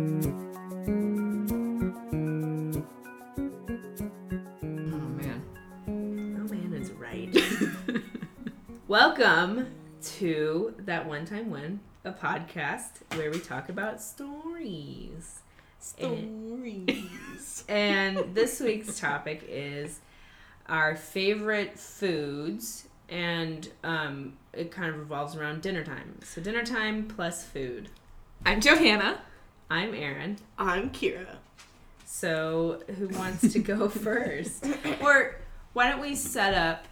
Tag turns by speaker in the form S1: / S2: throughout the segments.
S1: Oh,
S2: Oh,
S1: Welcome to That One Time One, a podcast where we talk about stories. Eh.
S2: Stories.
S1: And this week's topic is our favorite foods, and um, it kind of revolves around dinner time. So, dinner time plus food.
S2: I'm Johanna.
S1: I'm Erin.
S2: I'm Kira.
S1: So, who wants to go first? Or why don't we set up,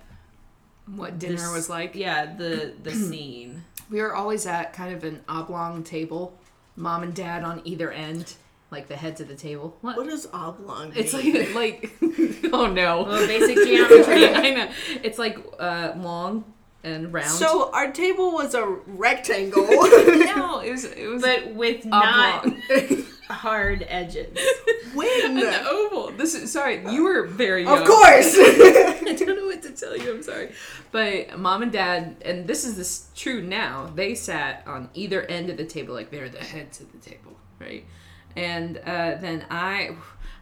S3: what dinner
S1: This-
S3: was like.
S1: yeah, the the scene.
S3: We were always at kind of an oblong table, mom and dad on either end, like the heads of the table. What?
S2: What is oblong?
S3: It's
S2: mean?
S3: like like oh no.
S1: Well, basic geometry.
S3: I know. It's like uh, long and round.
S2: so our table was a rectangle.
S3: no, it was it was
S1: but with not
S3: oblong.
S1: hard edges.
S2: when?
S3: An oval. This is sorry. You were very young.
S2: Of course.
S3: I don't know what to tell you. I'm sorry. But mom and dad, and this is this true now. They sat on either end of the table, like they're the heads of the table, right? And uh, then I,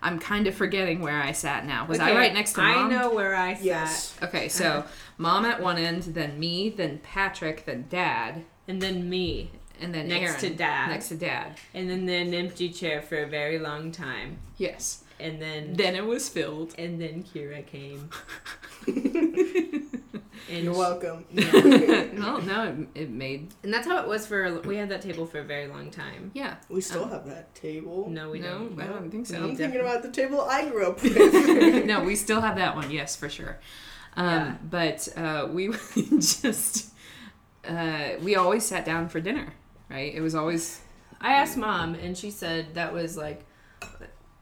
S3: I'm kind of forgetting where I sat now. Was I
S1: Okay,
S3: right next to
S1: I
S3: mom?
S1: know Uh-huh. where I sat.
S2: yes.
S3: Okay, so mom at one end, then me, then Patrick, then dad,
S1: And then me.
S3: and then
S1: Next
S3: Aaron,
S1: to dad.
S3: Next to dad.
S1: And then an empty chair for a very long time.
S3: Yes.
S1: And then
S3: Then it was filled.
S1: and then Kira came. And
S2: You're
S1: she-
S2: welcome.
S3: well, no, it, it made
S1: And that's how it was for a, we had that table for a very long time.
S3: yeah.
S2: We still have that table.
S1: Um, No, we
S3: no,
S1: don't.
S3: I don't think so.
S2: I'm
S1: We
S2: thinking
S1: definitely-
S2: about the table I grew up with.
S3: no, we still have that one. Yes, for sure. Um,
S1: Yeah.
S3: But uh, we just uh, we always sat down for dinner, right? It was always
S1: I asked mom, and she said that was like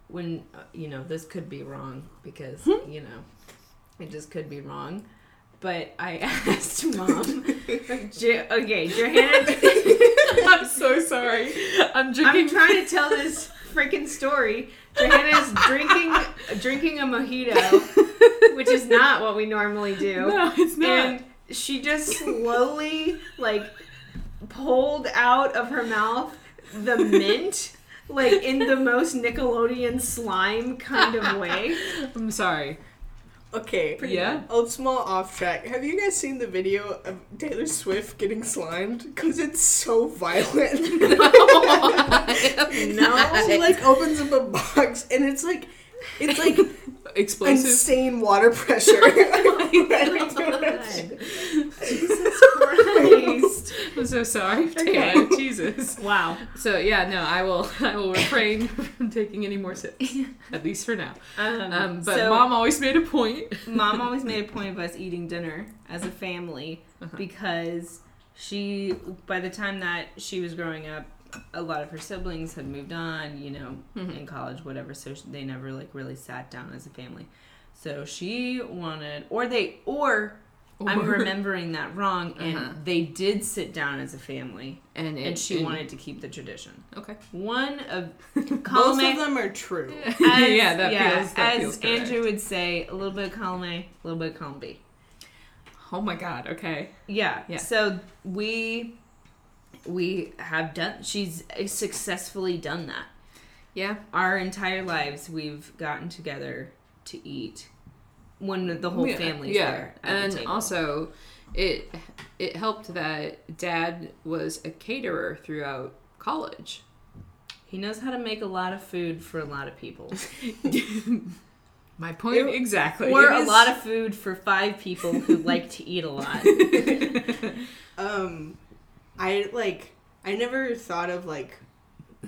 S1: when uh, you know this could be wrong because you know it just could be wrong. But I asked mom. Jo- okay, Johanna,
S3: I'm so sorry. I'm
S1: I'm trying to tell this freaking story. Johanna is drinking drinking a mojito, which is not what we normally do.
S3: no, it's not.
S1: and she just slowly like pulled out of her mouth the mint like in the most nickelodeon slime kind of way
S3: I'm sorry.
S2: okay.
S3: Yeah.
S2: Old small off track. Have you guys seen the video of Taylor Swift getting slimed? Because it's so violent.
S1: No.
S2: she like opens up a box and it's like, it's like
S3: Explosive.
S2: insane water pressure.
S1: God. jesus christ
S3: I'm so sorry.
S1: Okay.
S3: Taylor, Jesus.
S1: wow
S3: So yeah, no, I will. I will refrain from taking any more sips, at least for now.
S1: um,
S3: Um, but
S1: so
S3: mom always made a point.
S1: mom always made a point of us eating dinner as a family
S3: Uh-huh.
S1: because she by the time that she was growing up a lot of her siblings had moved on you know
S3: Mm-hmm.
S1: in college whatever so sh- they never like really sat down as a family so she wanted or they or, i'm
S3: Or-
S1: remembering that wrong and
S3: Uh-huh.
S1: they did sit down as a family
S3: And, it,
S1: and she wanted to keep the tradition
S3: Okay.
S1: one of
S2: Both
S1: Colome-
S2: of them are true.
S1: as,
S3: yeah, that feels. That
S1: as
S3: feels correct.
S1: Andrew would say, a little bit of column A, a little bit of column B.
S3: Oh my god. Okay.
S1: Yeah.
S3: Yeah.
S1: So we we have done. She's successfully done that.
S3: Yeah.
S1: Our entire lives, we've gotten together to eat when the whole
S3: Yeah,
S1: family's
S3: yeah.
S1: there. at the
S3: And
S1: table.
S3: also, it it helped that Dad was a caterer throughout college.
S1: he knows how to make a lot of food for a lot of people,
S3: My point
S2: It-
S3: exactly.
S1: or
S2: It
S1: a
S2: is-
S1: lot of food for five people who like to eat a lot.
S2: Um, I like I never thought of like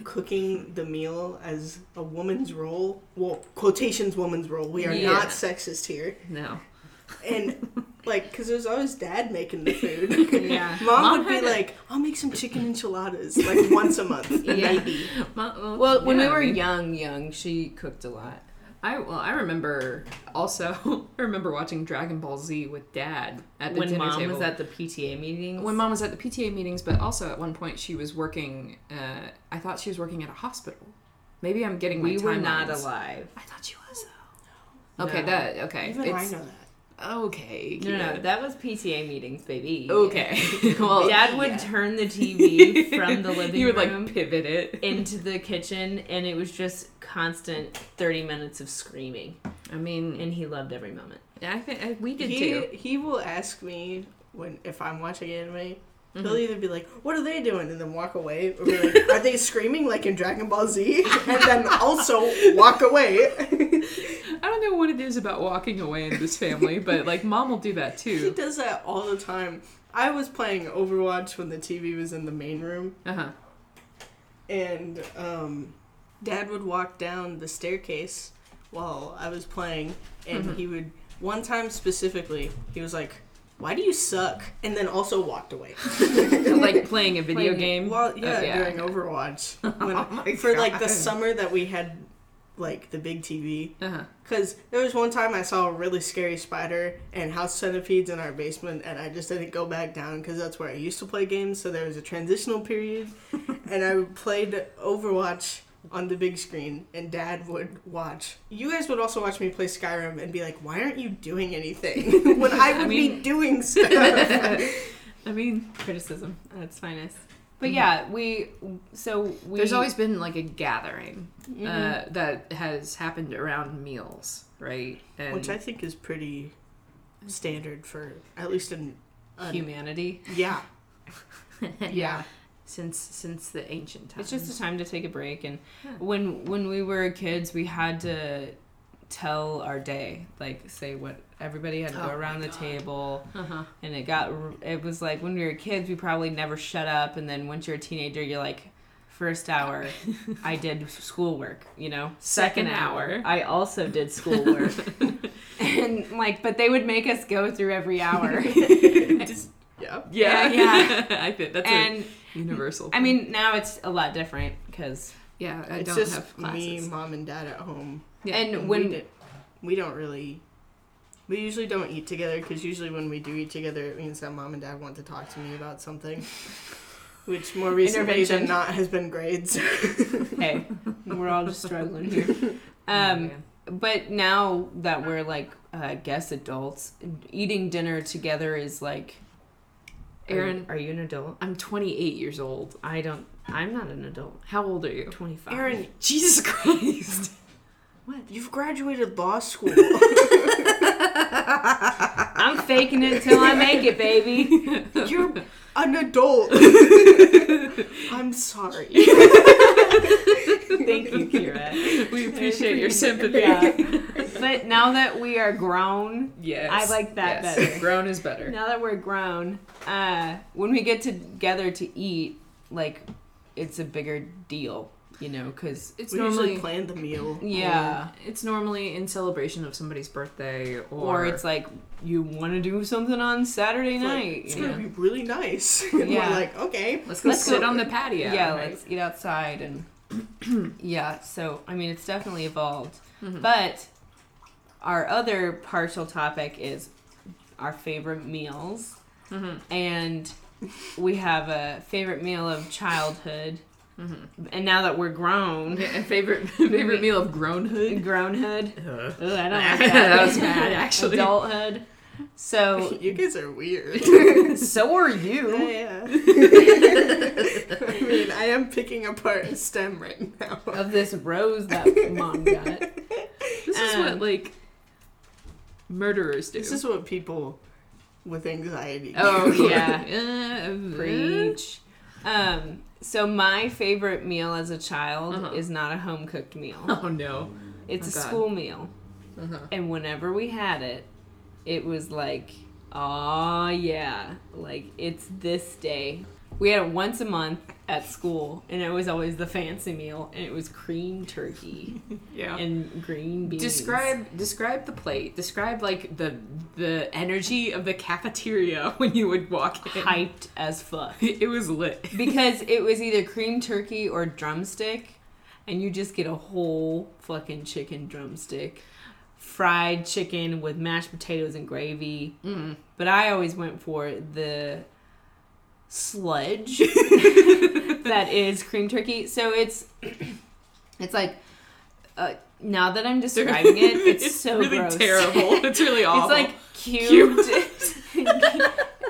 S2: cooking the meal as a woman's role. Well, quotations woman's role. We are
S3: Yeah.
S2: not sexist here.
S3: no.
S2: And like, cause it was always dad making the food.
S1: yeah.
S2: Mom,
S3: Mom
S2: would be
S3: had a-
S2: like, "I'll make some chicken enchiladas like once a month,
S1: Yeah.
S2: maybe."
S3: Well,
S1: Well, when
S3: yeah,
S1: we
S3: I
S1: were
S3: mean,
S1: young, young, she cooked a lot.
S3: I well, I remember also. I remember watching Dragon Ball Z with Dad at the
S1: when
S3: dinner
S1: mom
S3: table.
S1: was at the PTA meetings.
S3: when mom was at the PTA meetings, but also at one point she was working. Uh, I thought she was working at a hospital. Maybe I'm getting my
S1: we were not
S3: timelines.
S1: alive.
S3: I thought she was though. Okay,
S1: No.
S3: that okay.
S2: Even I
S3: it's,
S2: know that.
S3: okay.
S1: No, no,
S3: Kira.
S1: no, that was PTA meetings, baby.
S3: Okay. well,
S1: Dad would
S2: Yeah.
S1: turn the TV from the living
S3: you Oh. would
S1: room
S3: like pivot it.
S1: into the kitchen, and it was just constant 30 minutes of screaming,
S3: I mean,
S1: and he loved every moment.
S3: I think I, we did
S2: He
S3: too.
S2: he will ask me when if I'm watching anime. He'll either be like, "What are they doing?" and then walk away, or be like, "Are they screaming like in Dragon Ball Z?" and then also walk away.
S3: I don't know what it is about walking away in this family, but like mom will do that
S2: He
S3: too.
S2: does that all the time. I was playing Overwatch when the TV was in the main room,
S3: Uh
S1: Uh-huh.
S3: huh.
S2: and um, Dad would walk down the staircase while I was playing, and he would. One time specifically, he was like, "Why do you suck?" and then also walked away.
S3: like playing a video
S1: Playing- oh
S3: game.
S2: Well, yeah,
S3: Oh,
S2: during Overwatch, When-
S3: my
S2: for like the
S3: God.
S2: summer that we had, like the big TV.
S3: Uh-huh.
S2: Because there was one time I saw a really scary spider and house centipedes in our basement, and I just didn't go back down because that's where I used to play games. So there was a transitional period, and I played Overwatch on the big screen, and Dad would watch. You guys would also watch me play Skyrim and be like, "Why aren't you doing anything?" when I would
S3: mean-
S2: be doing stuff.
S3: I mean,
S1: Criticism at its finest. But yeah, we so we
S3: there's always been like a gathering
S1: Mhm.
S3: uh, that has happened around meals, right? And
S2: Which I think is pretty standard for at least in an
S1: humanity.
S2: Yeah. yeah.
S3: since since the ancient times.
S1: It's just a time to take a break and
S3: Yeah.
S1: when when we were kids, we had to tell our day, like say what everybody had to
S2: Oh
S1: go
S2: my
S1: around the
S2: God.
S1: table
S3: uh-huh.
S1: and it got r- it was like when we were kids, we probably never shut up and then once you're a teenager, you're like first hour I did schoolwork, you know.
S3: Second hour.
S1: I also did schoolwork. and like but they would make us go through every hour.
S2: Just, yeah.
S3: Yeah,
S1: Yeah,
S3: I think that's
S1: and
S3: a universal.
S1: I mean, now it's a lot different because
S3: yeah, I
S2: it's
S3: don't
S2: just
S3: have
S2: me,
S3: classes.
S2: mom, and dad at home.
S3: Yeah.
S1: and
S2: we,
S1: when
S2: did, we don't really. We usually don't eat together because usually when we do eat together, it means that mom and dad want to talk to me about something. Which more recently
S1: Intervention.
S2: than not has been grades.
S1: hey, we're all just struggling here. Um, but now that we're like, uh, I guess adults, eating dinner together is like, are-
S3: Aaron-
S1: are, you an adult?
S3: I'm 28 years old.
S1: I don't. I'm not an adult.
S3: How old are you?
S1: Twenty five.
S2: Aaron,
S3: Jesus Christ.
S2: you've graduated law school.
S1: I'm faking it till I make it, baby.
S2: You're an adult. I'm sorry.
S1: Thank you, Kira.
S3: we appreciate your sympathy.
S1: Yeah. But now that we are grown,
S3: Yes.
S1: I like that
S3: yes.
S1: better.
S3: Grown is better.
S1: Now that we're grown, uh, when we get together to eat, like, it's a bigger deal, you know, because,
S3: It's
S2: we
S3: normally uh,
S2: usually plan the meal.
S1: yeah.
S3: it's normally in celebration of somebody's birthday or,
S1: Or, it's like, you want to do something on Saturday
S2: It's like,
S1: night,
S2: it's
S1: you
S2: gonna
S1: know?
S2: be really nice. And
S1: Yeah.
S2: We're like, okay.
S3: let's go
S1: let's
S3: sit
S1: go-
S3: on the patio.
S1: Yeah,
S3: right?
S1: let's eat outside and, yeah, so, I mean, it's definitely evolved.
S3: Mm-hmm.
S1: But our other partial topic is our favorite meals.
S3: Mm-hmm.
S1: And we have a favorite meal of childhood.
S3: Mm-hmm.
S1: And now that we're grown,
S3: Yeah, favorite favorite meal of grownhood.
S1: grownhood.
S3: Ugh.
S1: Ugh, I don't like that.
S3: that was bad, actually.
S1: Adulthood. So,
S2: You guys are weird.
S1: so are
S2: Yeah,
S1: you
S2: yeah. I mean, I am picking apart a stem right now.
S1: of this rose that mom Oh, got.
S3: This is
S1: Um,
S3: what like murderers do.
S2: This is what people with anxiety.
S3: oh
S2: do.
S3: yeah, Uh,
S1: Preach. Um, so my favorite meal as a child
S3: Uh-huh.
S1: is not a home cooked meal.
S3: Oh no.
S1: It's
S3: Oh,
S1: a
S3: God.
S1: school meal.
S3: Uh-huh.
S1: And whenever we had it, it was like, oh yeah, like it's this day. We had it once a month at school, and it was always the fancy meal, and it was cream turkey
S3: Yeah.
S1: and green beans.
S3: Describe describe the plate. Describe like the the energy of the cafeteria when you would walk in.
S1: hyped as fuck
S3: It was lit.
S1: because it was either cream turkey or drumstick, and you just get a whole fucking chicken drumstick, fried chicken with mashed potatoes and gravy.
S3: Mm.
S1: But I always went for the sludge that is cream turkey. So it's it's like uh, now that I'm describing it, it's, so
S3: really
S1: gross.
S3: terrible. It's really awful.
S1: It's like cubed,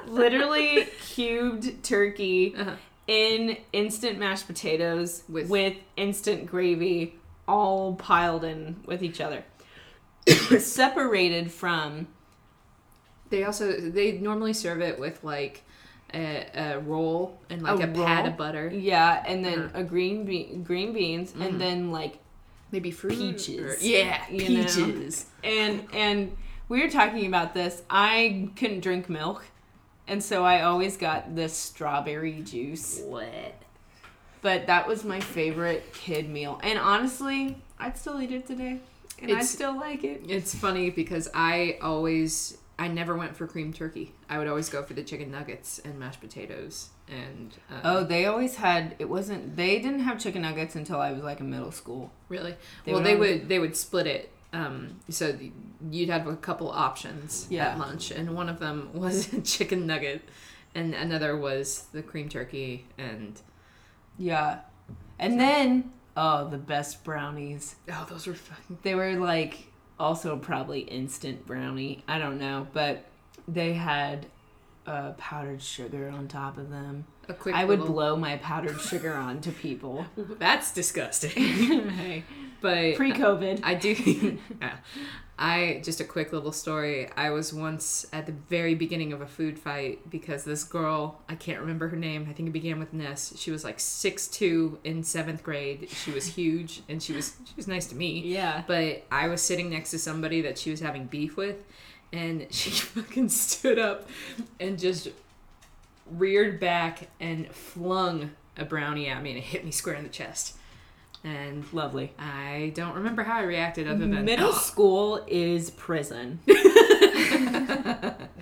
S1: literally cubed turkey
S3: Uh-huh.
S1: in instant mashed potatoes
S3: With-
S1: with, instant gravy, all piled in with each other, separated from
S3: They also they normally serve it with like a, a roll and like
S1: A
S3: a, pat
S1: roll?
S3: of butter,
S1: Yeah, and then
S3: Uh-huh. Mm-hmm.
S1: a green bean, green beans, and then like
S3: maybe fruit. or-
S1: Peaches.
S3: yeah,
S1: You know?
S3: peaches.
S1: and and we were talking about this. I couldn't drink milk, and so I always got this strawberry juice.
S3: What?
S1: But that was my favorite kid meal, and honestly, I'd still eat it today, and I
S3: It's-
S1: still like it.
S3: It's funny because I always I never went for cream turkey. I would always go for the chicken nuggets and mashed potatoes and uh,
S1: Oh, they always had. It wasn't. They didn't have chicken nuggets until I was like in middle school.
S3: Really?
S1: They
S3: well,
S1: would
S3: they
S1: always-
S3: would they would split it. Um, so th- you'd have a couple options
S1: Yeah.
S3: at lunch, and one of them was a chicken nugget, and another was the cream turkey, and
S1: Yeah, and then oh, the best brownies.
S3: oh, those were fucking
S1: They were like also probably instant brownie. I don't know, but they had uh, powdered sugar on top of them.
S3: a quick.
S1: I would
S3: little-
S1: blow my powdered sugar on to people.
S3: That's disgusting.
S1: hey,
S3: But
S1: pre-COVID.
S3: I do. yeah. I just a quick little story. I was once at the very beginning of a food fight because this girl, I can't remember her name. I think it began with Ness. She was like six two in seventh grade. She was huge, and she was she was nice to me.
S1: yeah.
S3: But I was sitting next to somebody that she was having beef with, and she fucking stood up and just reared back and flung a brownie at me, and it hit me square in the chest. And
S1: Lovely.
S3: I don't remember how I reacted other than oh,
S1: Middle school is prison.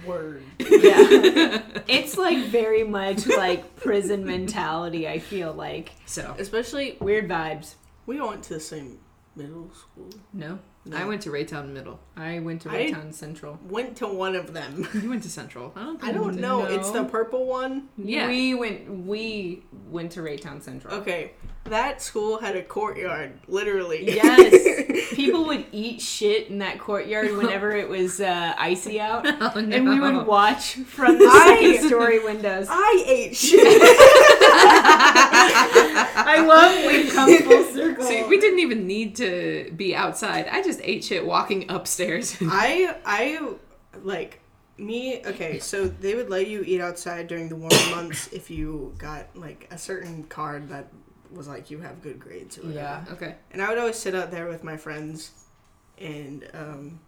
S2: Word.
S1: Yeah. it's like very much like prison mentality, I feel like.
S3: so
S1: Especially weird vibes.
S2: We all went to the same middle school.
S3: no,
S2: No.
S3: I went to Raytown Middle.
S1: I went to
S2: I-
S1: Raytown Central.
S2: Went to one of them.
S3: You went to Central. I don't.
S2: I don't know. It's the
S1: No.
S2: purple one.
S3: Yeah.
S1: We went we went to Raytown Central.
S2: Okay, that school had a courtyard, literally.
S1: Yes. People would eat shit in that courtyard whenever it was uh, icy out.
S3: Oh, no.
S1: And we would watch from the
S2: I-
S1: second story windows.
S2: I ate shit.
S1: I love when we come full circle.
S3: See, we didn't even need to be outside. I just ate shit walking upstairs.
S2: I I like me. Okay, so they would let you eat outside during the warm months if you got like a certain card that was like you have good grades or whatever.
S1: Yeah.
S3: okay.
S2: And I would always sit out there with my friends. And um,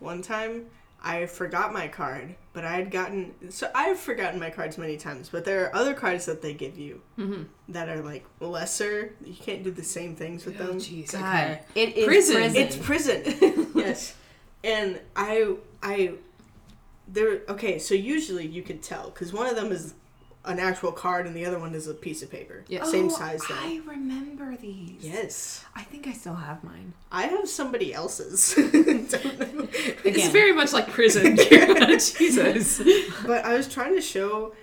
S2: one time I forgot my card, but I had gotten. So I've forgotten my cards many times, but there are other cards that they give you that are like lesser. You can't do the same things with them.
S3: jeez.
S1: God, it is
S3: Prison.
S1: prison.
S2: It's prison. yes. And I I there okay, so usually you could tell cuz one of them is an actual card and the other one is a piece of paper.
S3: Yeah.
S2: Same
S1: Oh,
S2: size though.
S1: I remember these.
S2: Yes.
S1: I think I still have mine.
S2: I have somebody else's. Don't know.
S3: It's
S1: Again.
S3: very much like prison. Jesus.
S2: But I was trying to show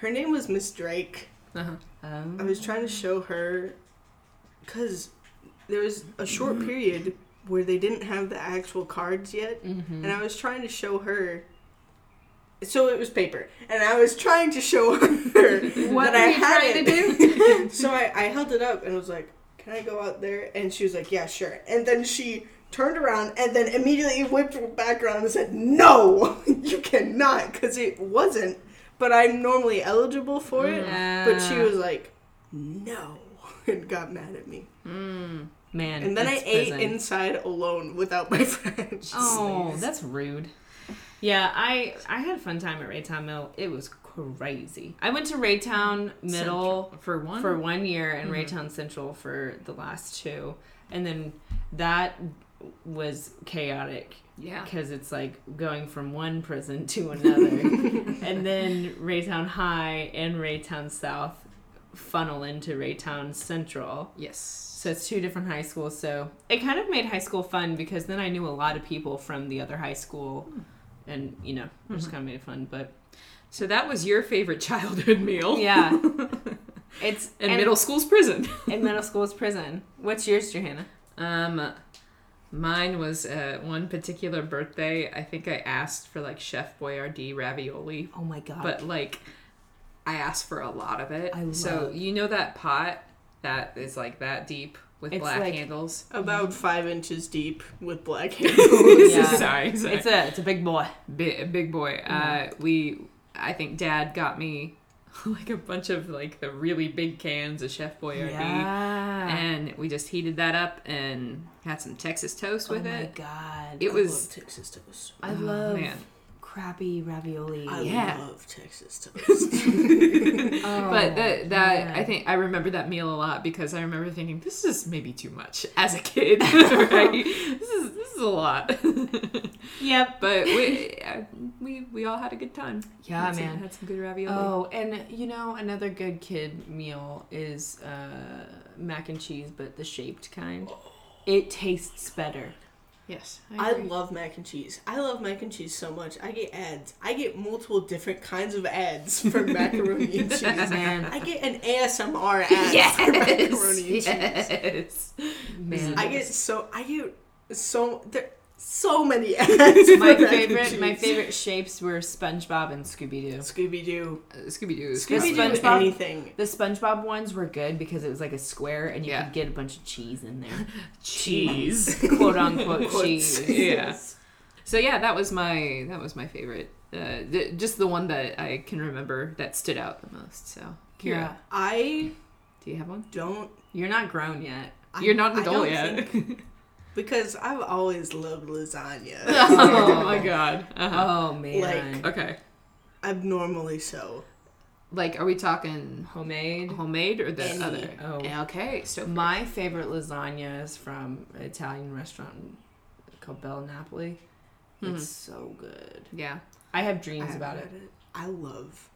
S2: her name was Miss Drake.
S3: Uh-huh.
S2: I was trying to show her cuz there was a
S1: Mm-hmm.
S2: short period where they didn't have the actual cards yet.
S1: mm-hmm.
S2: and I was trying to show her. So it was paper, and I was trying to show her
S1: What
S2: that
S1: were
S2: I
S1: you
S2: had
S1: trying
S2: it.
S1: to
S2: so I, I held it up and was like, "Can I go out there?" And she was like, "Yeah, sure." And then she turned around and then immediately whipped back around and said, "No, you cannot," because it wasn't. But I'm normally eligible for it.
S1: Mm.
S2: But she was like, "No," and got mad at me.
S1: man.
S2: And then
S1: it's
S2: I ate
S1: prison.
S2: inside alone without my friends.
S1: Oh, that's rude. Yeah, I I had a fun time at Raytown Mill. It was crazy. I went to Raytown Middle
S3: Mm, Central. for one. Mm-hmm.
S1: for one year and Raytown Central for the last two, and then that was chaotic
S3: yeah.
S1: because it's like going from one prison to another, and then Raytown High and Raytown South funnel into Raytown Central.
S3: Yes.
S1: So it's two different high schools. So it kind of made high school fun because then I knew a lot of people from the other high school, and you know, it just kind of made it fun. But
S3: So that was your favorite childhood meal.
S1: yeah, it's
S3: And, middle school's prison.
S1: and middle school is prison. What's yours, Johanna?
S3: Um, mine was uh, one particular birthday. I think I asked for like Chef Boyardee ravioli,
S1: Oh my god!
S3: but like I asked for a lot of it.
S1: I
S3: so
S1: love-
S3: you know that pot that is like that deep with
S1: It's
S3: black
S1: like-
S3: handles.
S2: About five inches deep with black handles.
S1: Yeah.
S3: sorry, sorry.
S1: It's a it's a big boy.
S3: Bi- big boy. Uh, we, I think Dad got me like a bunch of like the really big cans of Chef Boyardee,
S1: Yeah.
S3: and we just heated that up and had some Texas toast with
S1: oh my
S3: it.
S1: god.
S3: It
S2: I
S3: was-
S2: love Texas toast.
S1: I
S3: Oh,
S1: love
S3: man.
S1: crappy ravioli.
S2: I
S3: Yeah.
S2: love Texas toast.
S1: Oh
S3: but that, that
S1: yeah.
S3: I think I remember that meal a lot because I remember thinking this is maybe too much as a kid. right? This is this is a lot.
S1: Yep.
S3: but we uh, we we all had a good time.
S1: Yeah,
S3: Had some-
S1: man.
S3: had some good ravioli.
S1: Oh, and you know another good kid meal is uh, mac and cheese, but the shaped kind. It tastes better.
S3: yes,
S2: I love mac and cheese. I love mac and cheese so much. I get ads. I get multiple different kinds of ads for macaroni and cheese.
S1: Man,
S2: I get an ASMR ad for macaroni and cheese.
S3: yes.
S1: man.
S2: I get so I get so there so many ads.
S1: my favorite, my favorite shapes were SpongeBob and Scooby Doo.
S2: Scooby Doo.
S3: Scooby Doo.
S1: Scooby-Doo.
S2: Scooby
S1: SpongeBob.
S2: Doo anything.
S1: The SpongeBob ones were good because it was like a square and you
S3: Yeah.
S1: could get a bunch of cheese in there.
S3: cheese.
S1: Quote unquote
S2: Quotes.
S1: cheese.
S3: yeah. So yeah, that was my that was my favorite. Uh, th- just the one that I can remember that stood out the most. So Kira,
S1: Yeah.
S2: I
S3: do you have one?
S2: don't.
S1: You're not grown yet.
S2: I-
S3: You're not an
S2: I
S3: adult
S2: don't
S3: yet.
S2: think- because I've always loved lasagna.
S3: oh my god. Uh-huh.
S1: Oh man.
S2: Like-
S3: Okay.
S2: Abnormally so.
S3: Like, are we talking
S1: homemade.
S3: homemade or the
S2: Any.
S3: other?
S1: Oh.
S3: Eh, Okay. So
S1: My favorite lasagna is from an Italian restaurant called Bel Napoli.
S3: Mhm.
S1: It's so good.
S3: yeah.
S1: I have
S2: Mm-hmm. I
S1: dreams
S2: haven't
S1: about it.
S2: had I love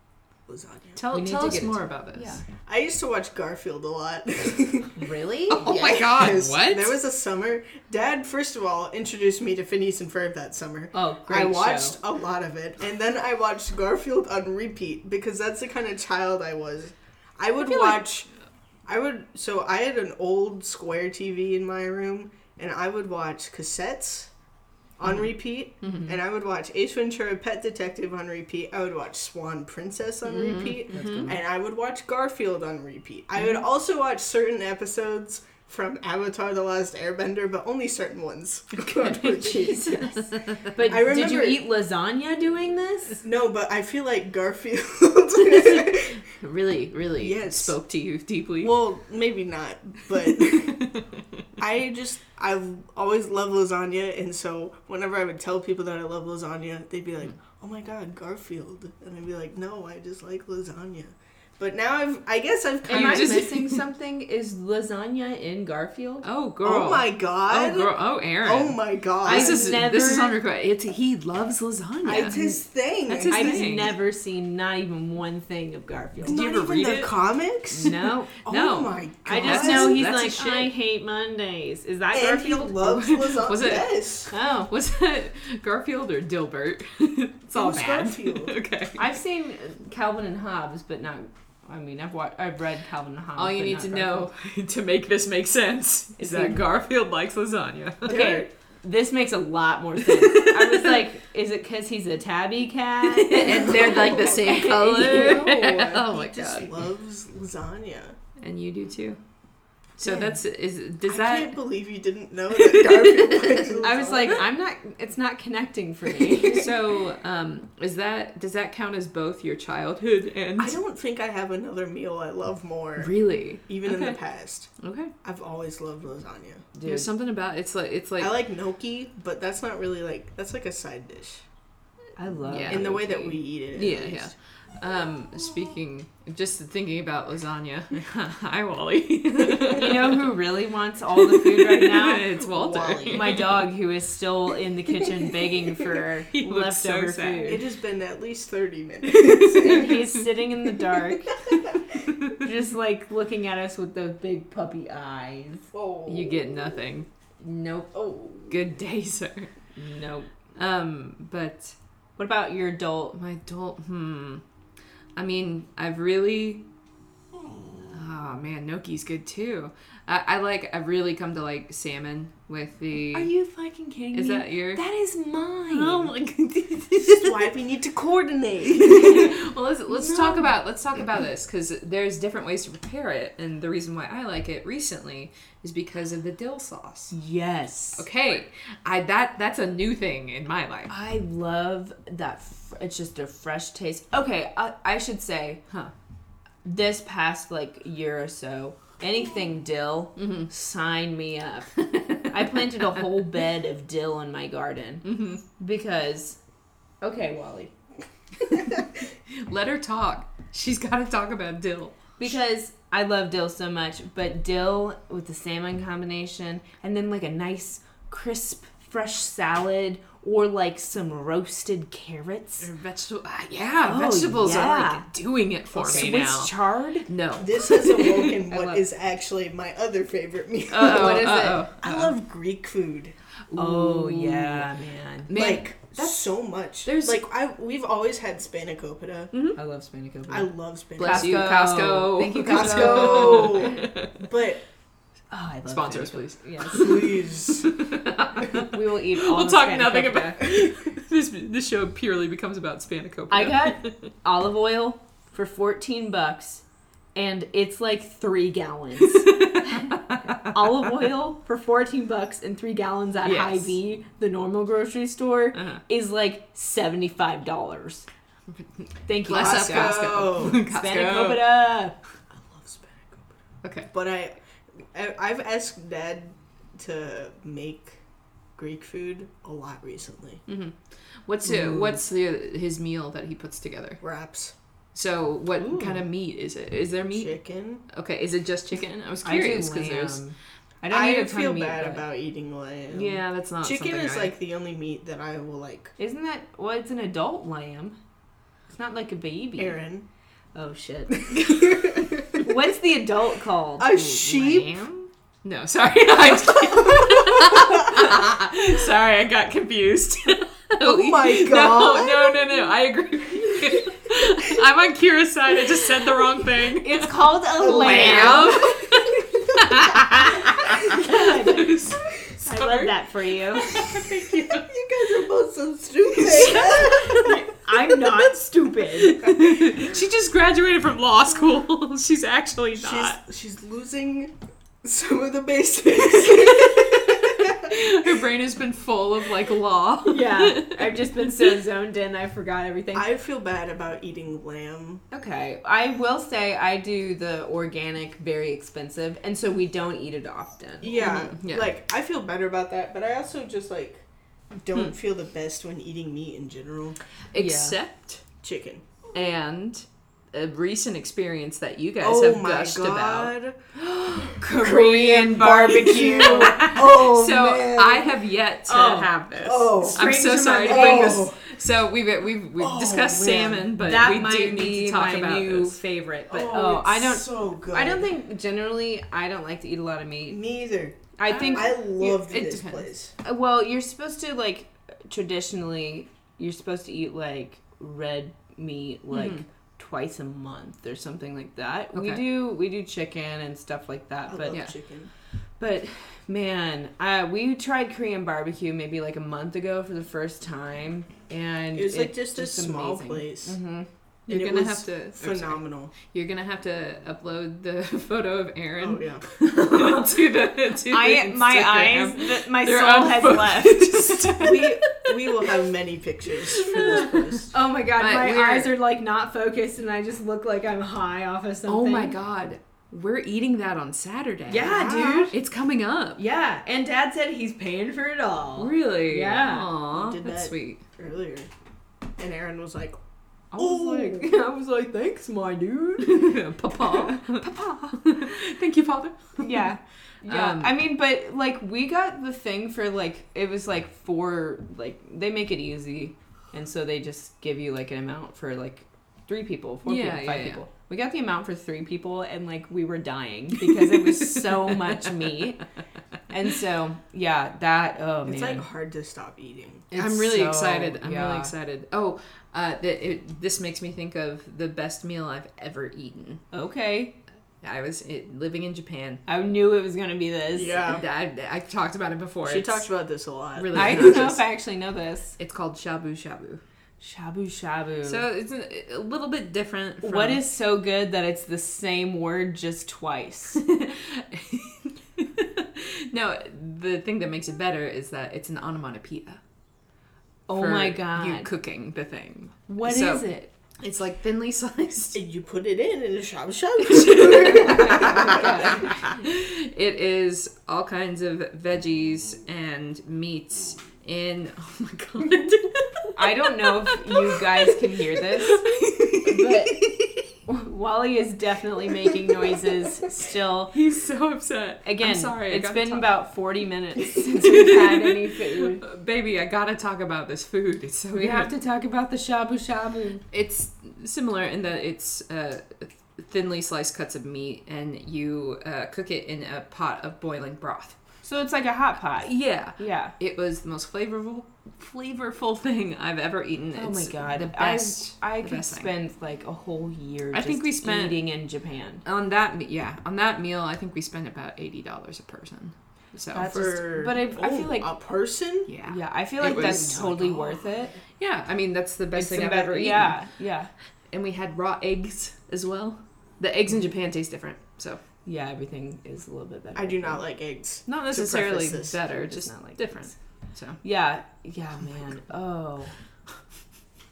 S2: lasagna.
S3: Tell
S1: We need
S3: tell
S1: to
S3: us
S1: get it
S3: more
S1: to-
S3: about this.
S1: Yeah.
S2: I used to watch Garfield a lot.
S1: Really?
S3: Oh my god.
S2: Yes.
S3: What?
S2: There was a summer. Dad, first of all, introduced me to Phineas and Ferb that summer.
S1: Oh, great
S2: I watched
S1: show.
S2: a lot of it, and then I watched Garfield on repeat because that's the kind of child I was. I would
S3: feel like-
S2: watch. I would. So I had an old square TV in my room, and I would watch cassettes on repeat, and I would watch Ace Ventura: Pet Detective on repeat. I would watch Swan Princess on repeat, and I would watch Garfield on repeat. I would also watch certain episodes from Avatar: The Last Airbender, but only certain ones. on repeat.
S1: Oh, But
S2: I
S1: did you
S2: remember-
S1: eat lasagna doing this?
S2: No, but I feel like Garfield.
S3: Really, really
S2: Yes.
S3: spoke to you deeply.
S2: well, maybe not, but I just I've always loved lasagna, and so whenever I would tell people that I love lasagna, they'd be like, "Oh my god, Garfield," and I'd be like, "No, I just like lasagna." But now I've I guess I've
S1: Am
S2: kind
S1: I
S2: of
S3: just-
S1: missing something? Is lasagna in Garfield?
S3: oh girl.
S2: oh my
S3: Oh
S2: god,
S3: girl. Oh Aaron.
S2: oh my god,
S3: This is
S1: I've
S3: this is
S1: never-
S3: on record. It's he loves lasagna.
S2: it's his thing.
S3: That's his
S2: I-
S1: I've
S3: thing.
S1: never seen not even one thing of Garfield.
S2: Not
S3: you ever
S2: even
S3: read
S2: the
S3: it?
S2: comics.
S1: No.
S3: No.
S2: Oh my god,
S1: I just
S3: That's-
S1: know he's
S3: that's
S1: like,
S3: a
S1: I
S3: shit.
S1: hate Mondays. Is that
S2: and he
S1: Garfield?
S2: loves lasagna.
S3: Was it-
S2: Yes.
S1: Oh.
S3: Was that Garfield or Dilbert? it's all
S2: was
S3: bad.
S2: Garfield.
S3: okay.
S1: I've seen Calvin and Hobbes, but not. I mean, I've watched, I've read Calvin and Hobbes.
S3: all you
S1: but
S3: need
S1: not
S3: to
S1: Garfield.
S3: know to make this make sense is
S1: Is
S3: that
S1: he-
S3: Garfield likes lasagna.
S1: Okay, this makes a lot more sense. I was like, is it because he's a tabby cat?
S3: and they're like the same color. oh my
S2: he just
S3: god.
S2: loves lasagna.
S3: And you do too. So
S2: Yeah.
S3: that's is does
S2: I
S3: that
S2: can't believe you didn't know that Garfield likes lasagna.
S1: I was like, I'm not. It's not connecting for me.
S3: so um is that does that count as both your childhood and
S2: I don't think I have another meal I love more,
S3: really
S2: even in
S3: Okay.
S2: the past.
S3: okay
S2: I've always loved lasagna.
S1: Dude,
S3: there's something about it's like it's like,
S2: I like gnocchi, but that's not really like that's like a side dish
S1: I love. Yeah.
S3: Yeah.
S2: in the way that
S3: gnocchi.
S2: we eat it. at
S3: Yeah,
S2: least.
S3: yeah. Um, speaking, just thinking about lasagna. Hi, Wally.
S1: You know who really wants all the food right now?
S3: it's Walter.
S2: Wally.
S1: My dog, who is still in the kitchen begging for
S3: He looks so
S1: leftover
S3: sad.
S1: food.
S2: It has been at least thirty minutes.
S1: and he's sitting in the dark, just like looking at us with those big puppy eyes.
S2: Whoa.
S3: You get nothing.
S1: Nope,
S2: Oh.
S3: Good day, sir.
S1: nope.
S3: Um, but
S1: What about your adult?
S3: my adult. Hmm. I mean, I've really. Oh, Oh man, gnocchi's good too. I, I like. I've really come to like salmon with the.
S1: Are you fucking kidding
S3: is
S1: me?
S3: that your?
S1: that is mine.
S3: Oh my goodness.
S2: This is why we need to coordinate.
S3: well, let's let's
S1: No.
S3: talk about let's talk about this because there's different ways to prepare it, and the reason why I like it recently is because of the dill sauce.
S1: Yes.
S3: Okay, I that that's a new thing in my life.
S1: I love that. F- it's just a fresh taste. Okay, I, I should say,
S3: Huh.
S1: this past like year or so, anything dill, sign me up. I planted a whole bed of dill in my garden Mm-hmm. because. Okay, Wally.
S3: Let her talk. She's got to talk about dill.
S1: Because I love dill so much, but dill with the salmon combination, and then like a nice crisp fresh salad, or like some roasted carrots,
S3: Or vegetable. ah, yeah,
S1: Oh,
S3: vegetables are
S1: yeah.
S3: like doing it for me
S1: Swiss
S3: now.
S1: chard.
S3: no.
S2: This has awoken
S3: I love- Uh-huh.
S2: what is actually my other favorite meal.
S3: Uh-oh,
S1: What is it?
S3: uh-oh.
S2: I love Greek food.
S1: Oh yeah, man.
S3: Man,
S2: like that's so much.
S3: there's-
S2: There's like I we've always had spanakopita.
S1: I love spanakopita.
S2: I love spanakopita.
S3: Bless you,
S1: Costco.
S3: Costco.
S1: Thank you,
S2: Costco. but
S1: Oh, I love
S3: Sponsors,
S1: Spanakopita.
S3: please.
S1: Yes.
S2: please,
S1: We will eat all
S3: We'll
S1: of
S3: talk nothing
S1: Spanakopita.
S3: about this. This show purely becomes about spanakopita.
S1: I got olive oil for 14 bucks and it's like 3 gallons. olive oil for 14 bucks and 3 gallons at
S3: Yes.
S1: Hy-Vee, the normal grocery store,
S3: Uh-huh.
S1: is like $75. Thank you.
S3: Bless
S1: Costco.
S3: up Costco.
S2: Costco.
S3: Costco.
S1: Spanakopita.
S2: I love spanakopita.
S3: Okay.
S2: But I, I I've asked Dad to make Greek food a lot recently.
S3: What's it, what's the his meal that he puts together?
S2: Wraps,
S3: So what
S1: Ooh.
S3: kind of meat is it? Is there meat?
S2: chicken.
S3: Okay, is it just chicken? I was
S1: I do
S3: curious because there's
S1: lamb. I don't
S2: I
S1: eat a ton
S2: feel
S1: of meat,
S2: bad
S1: but-
S2: about eating lamb.
S3: yeah, that's not
S2: chicken
S3: something
S2: is
S3: I-
S2: like the only meat that I will like.
S1: Isn't that well? It's an adult lamb. It's not like a baby.
S2: Aaron,
S1: Oh shit. What's the adult called?
S2: A sheep?
S1: Lamb?
S3: no. Sorry, I'm kidding. sorry, I got confused.
S2: Oh my God.
S3: No, no, no, no. I agree. with you. I'm on Kira's side. I just said the wrong thing.
S1: It's called a lamb.
S3: Lamb.
S1: I love that for you.
S2: you guys are both so stupid.
S1: I'm not stupid.
S3: She just graduated from law school. She's actually
S2: she's
S3: not.
S2: she's losing some of the basics.
S3: Her brain has been full of like law.
S1: Yeah, I've just been so zoned in, I forgot everything.
S2: I feel bad about eating lamb.
S1: okay, I will say I do the organic, very expensive, and so we don't eat it often.
S2: Yeah,
S3: yeah.
S2: like I feel better about that, but I also just like don't feel the best when eating meat in general.
S3: Except
S2: Chicken.
S3: and a recent experience that you guys
S2: oh
S3: have
S2: my
S3: gushed about.
S2: god.
S1: Korean
S2: Barbecue. oh
S3: So
S2: man.
S3: I have yet to
S1: Oh.
S3: have this.
S2: Oh.
S3: I'm
S1: Straight
S3: so
S1: to my
S3: sorry to
S1: mouth.
S3: bring
S2: Oh.
S3: this. So we've we've, we've
S2: Oh,
S3: discussed
S2: man.
S3: salmon, but
S1: that
S3: we
S1: might
S3: do
S1: be
S3: need to talk
S1: my
S3: about
S1: new
S3: this.
S1: favorite, but
S2: Oh,
S1: oh,
S2: it's
S1: I don't.
S2: So good.
S1: I don't think generally I don't like to eat a lot of meat.
S2: me either.
S1: I think
S2: I loved
S3: it
S2: this
S3: depends.
S2: place.
S1: Uh, Well, you're supposed to like traditionally you're supposed to eat like red meat like twice a month or something like that. We
S3: Okay.
S1: do we do chicken and stuff like
S2: I
S1: that,
S2: love
S1: but
S3: yeah.
S2: chicken.
S1: but man, uh, we tried Korean barbecue maybe like a month ago for the first time and
S2: It was like
S1: it's
S2: just a small
S1: amazing.
S2: place.
S1: Mhm.
S3: You're
S2: And it
S3: gonna
S2: was
S3: have to. oh, sorry.
S2: Phenomenal.
S3: You're gonna have to upload the photo of
S2: Oh
S3: Aaron
S2: yeah.
S3: to the. To
S1: I
S3: the
S1: my
S3: Instagram.
S1: eyes th- my
S3: They're
S1: soul has left.
S3: unfocused.
S2: we we will have many pictures for this post.
S1: Oh my god,
S3: But
S1: my
S3: we're-
S1: eyes are like not focused, and I just look like I'm high off of something.
S3: oh my god, we're eating that on Saturday.
S1: Yeah,
S2: Yeah.
S1: dude.
S3: it's coming up.
S1: Yeah, and Dad said he's paying for it all.
S3: Really?
S1: Yeah.
S3: Aw,
S2: Did
S3: that's
S2: that.
S3: sweet.
S2: Earlier, and Aaron was like,
S1: I was like, I was like, thanks, my dude.
S3: Papa. Papa. Thank you, Father.
S1: yeah, yeah.
S3: Um,
S1: I mean, but like we got the thing for like it was like four. Like they make it easy, and so they just give you like an amount for like three people, four
S3: Yeah,
S1: people, five
S3: yeah, yeah.
S1: people. We got the amount for three people, and like we were dying because it was so much meat. And so, yeah, that. Oh
S2: "It's
S1: man.
S2: like hard to stop eating."
S3: I'm
S1: It's
S3: really
S1: so-
S3: excited. I'm
S1: yeah.
S3: really excited. Oh, uh, the, it, this makes me think of the best meal I've ever eaten.
S1: Okay.
S3: I was it, living in Japan.
S1: I knew it was going to be this.
S2: Yeah.
S3: I, I talked about it before.
S2: She
S3: It's-
S2: talked about this a lot.
S3: Really?
S1: I don't know if I actually know this.
S3: It's called shabu shabu.
S1: Shabu shabu.
S3: So it's a, a little bit different. From,
S1: Mm. what is so good that it's the same word just twice?
S3: no? The thing that makes it better is that it's an onomatopoeia.
S1: oh
S3: for
S1: my god.
S3: You cooking the thing.
S1: What is
S3: So-
S1: it?
S3: It's like thinly sliced.
S2: You put it in and it shop shop.
S1: Oh
S3: It is all kinds of veggies and meats in. Oh my god.
S1: I don't know if you guys can hear this, but Wally is definitely making noises still.
S3: He's so upset.
S1: Again,
S3: I'm sorry. I
S1: it's
S3: gotta
S1: been
S3: talk- Uh,
S1: about 40 minutes since we've had any food.
S3: Baby, I gotta talk about this food. It's so
S1: We
S3: good.
S1: have to talk about the shabu shabu.
S3: It's similar in that it's uh, thinly sliced cuts of meat, and you uh, cook it in a pot of boiling broth.
S1: So it's like a hot pot.
S3: Yeah.
S1: Yeah.
S3: It was the most flavorful, flavorful thing I've ever eaten.
S1: Oh my
S3: It's
S1: god!
S3: the best.
S1: I, I
S3: the
S1: could
S3: best thing.
S1: spend like a whole year.
S3: I think
S1: just
S3: we spent-
S1: eating in Japan.
S3: on that me- yeah on that meal i think we spent about $80 a person so
S1: That's-
S2: For, oh,
S1: But I- I feel like-
S2: a person.
S3: yeah. yeah
S1: Yeah, I feel
S3: It
S1: like that's
S3: was-
S1: totally worth it.
S3: i mean that's the best
S1: It's
S3: thing
S1: the
S3: i've
S1: be-
S3: ever eaten
S1: Yeah, yeah,
S3: and we had raw eggs as well the eggs in japan taste different so
S1: yeah. Everything is a little bit better.
S2: I do not like eggs.
S3: not necessarily
S2: preface this,
S3: better
S1: it is
S3: just
S1: not like
S3: different so
S1: Yeah, yeah, man. Oh,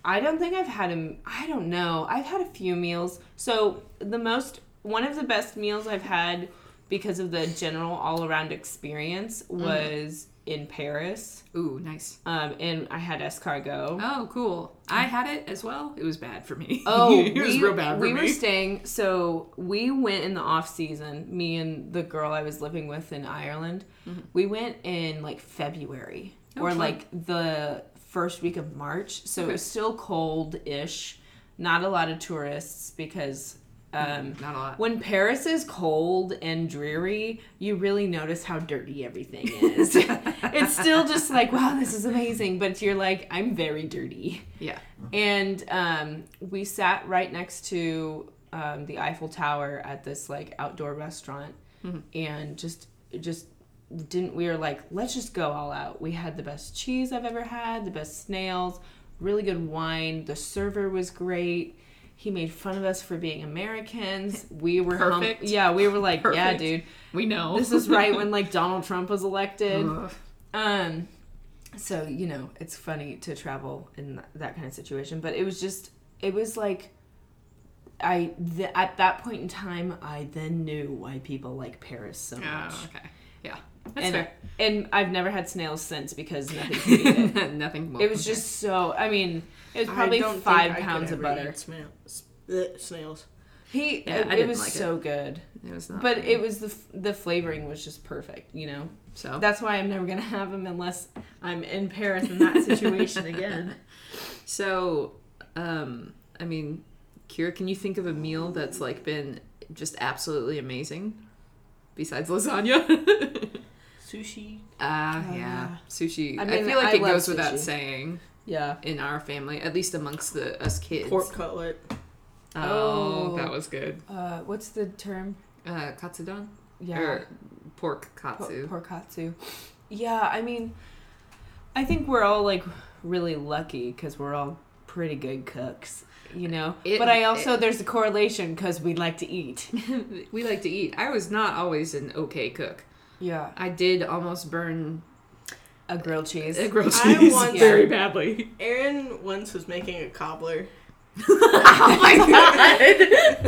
S1: I don't think I've had a. I don't know. I've had a few meals. So the most, one of the best meals I've had because of the general all around experience
S3: Mm.
S1: was in Paris,
S3: ooh nice
S1: um, and I had escargot.
S3: oh cool i had it as well it was bad for me
S1: Oh,
S3: it was
S1: we,
S3: real bad for
S1: we
S3: me
S1: were staying. So we went in the off season. Me and the girl I was living with in Ireland,
S3: Mm-hmm.
S1: we went in like February
S3: Oh,
S1: or
S3: fun.
S1: like the first week of March. So it was still cold ish. Not a lot of tourists because um,
S3: not a lot
S1: when Paris is cold and dreary, you really notice how dirty everything is. it's still just like, wow, this is amazing. But you're like, I'm very dirty
S3: yeah
S1: and um, we sat right next to um, the Eiffel Tower at this like outdoor restaurant,
S3: Mm-hmm.
S1: and just just didn't we were like let's just go all out. We had the best cheese I've ever had, the best snails, really good wine. The server was great. He made fun of us for being Americans. We were hum-
S3: Perfect.
S1: yeah, we were like yeah,
S3: Perfect.
S1: dude.
S3: we know
S1: This is right when like Donald Trump was elected.
S3: Ugh.
S1: Um, so you know, it's funny to travel in th- that kind of situation, but it was just, it was like, I th- at that point in time, I then knew why people like Paris so much.
S3: oh, okay yeah that's
S1: and,
S3: fair
S1: and I've never had snails since because nothing can beat it.
S3: nothing more
S1: It was just so. I mean, it was
S2: I
S1: probably
S2: don't think I
S1: five
S2: could
S1: pounds of
S2: ever
S1: butter.
S2: eat snails. Bleh, Snails.
S1: He,
S3: Yeah, I
S1: it, it
S3: didn't
S1: was
S3: like it.
S1: so good,
S3: it was not
S1: but
S3: for me. Oh.
S1: it was the f- the flavoring was just perfect. You know,
S3: so
S1: that's why I'm never gonna have them unless I'm in Paris in that situation again.
S3: So, um, I mean, Kira, can you think of a meal that's like been just absolutely amazing besides lasagna?
S2: Sushi.
S3: Ah, yeah, sushi.
S1: I
S3: I,
S1: mean,
S3: feel like
S1: I
S3: it
S1: love
S3: goes without
S1: sushi.
S3: saying
S1: Yeah.
S3: in our family, at least amongst the us kids.
S2: Pork cutlet.
S3: Oh,
S1: Oh.
S3: that was good.
S1: Uh, what's the term?
S3: Uh, katsudon
S1: Yeah.
S3: or pork Er, katsu.
S1: por- porkatsu. Yeah, I mean, I think we're all like really lucky because we're all pretty good cooks, you know.
S3: It-
S1: but I also there's a correlation because we like to eat.
S3: we like to eat. I was not always an okay cook.
S1: Yeah,
S3: I did almost burn
S1: a grilled cheese.
S3: a grilled
S2: I
S3: cheese
S2: once-
S3: very badly.
S2: Aaron once was making a cobbler.
S3: oh my god!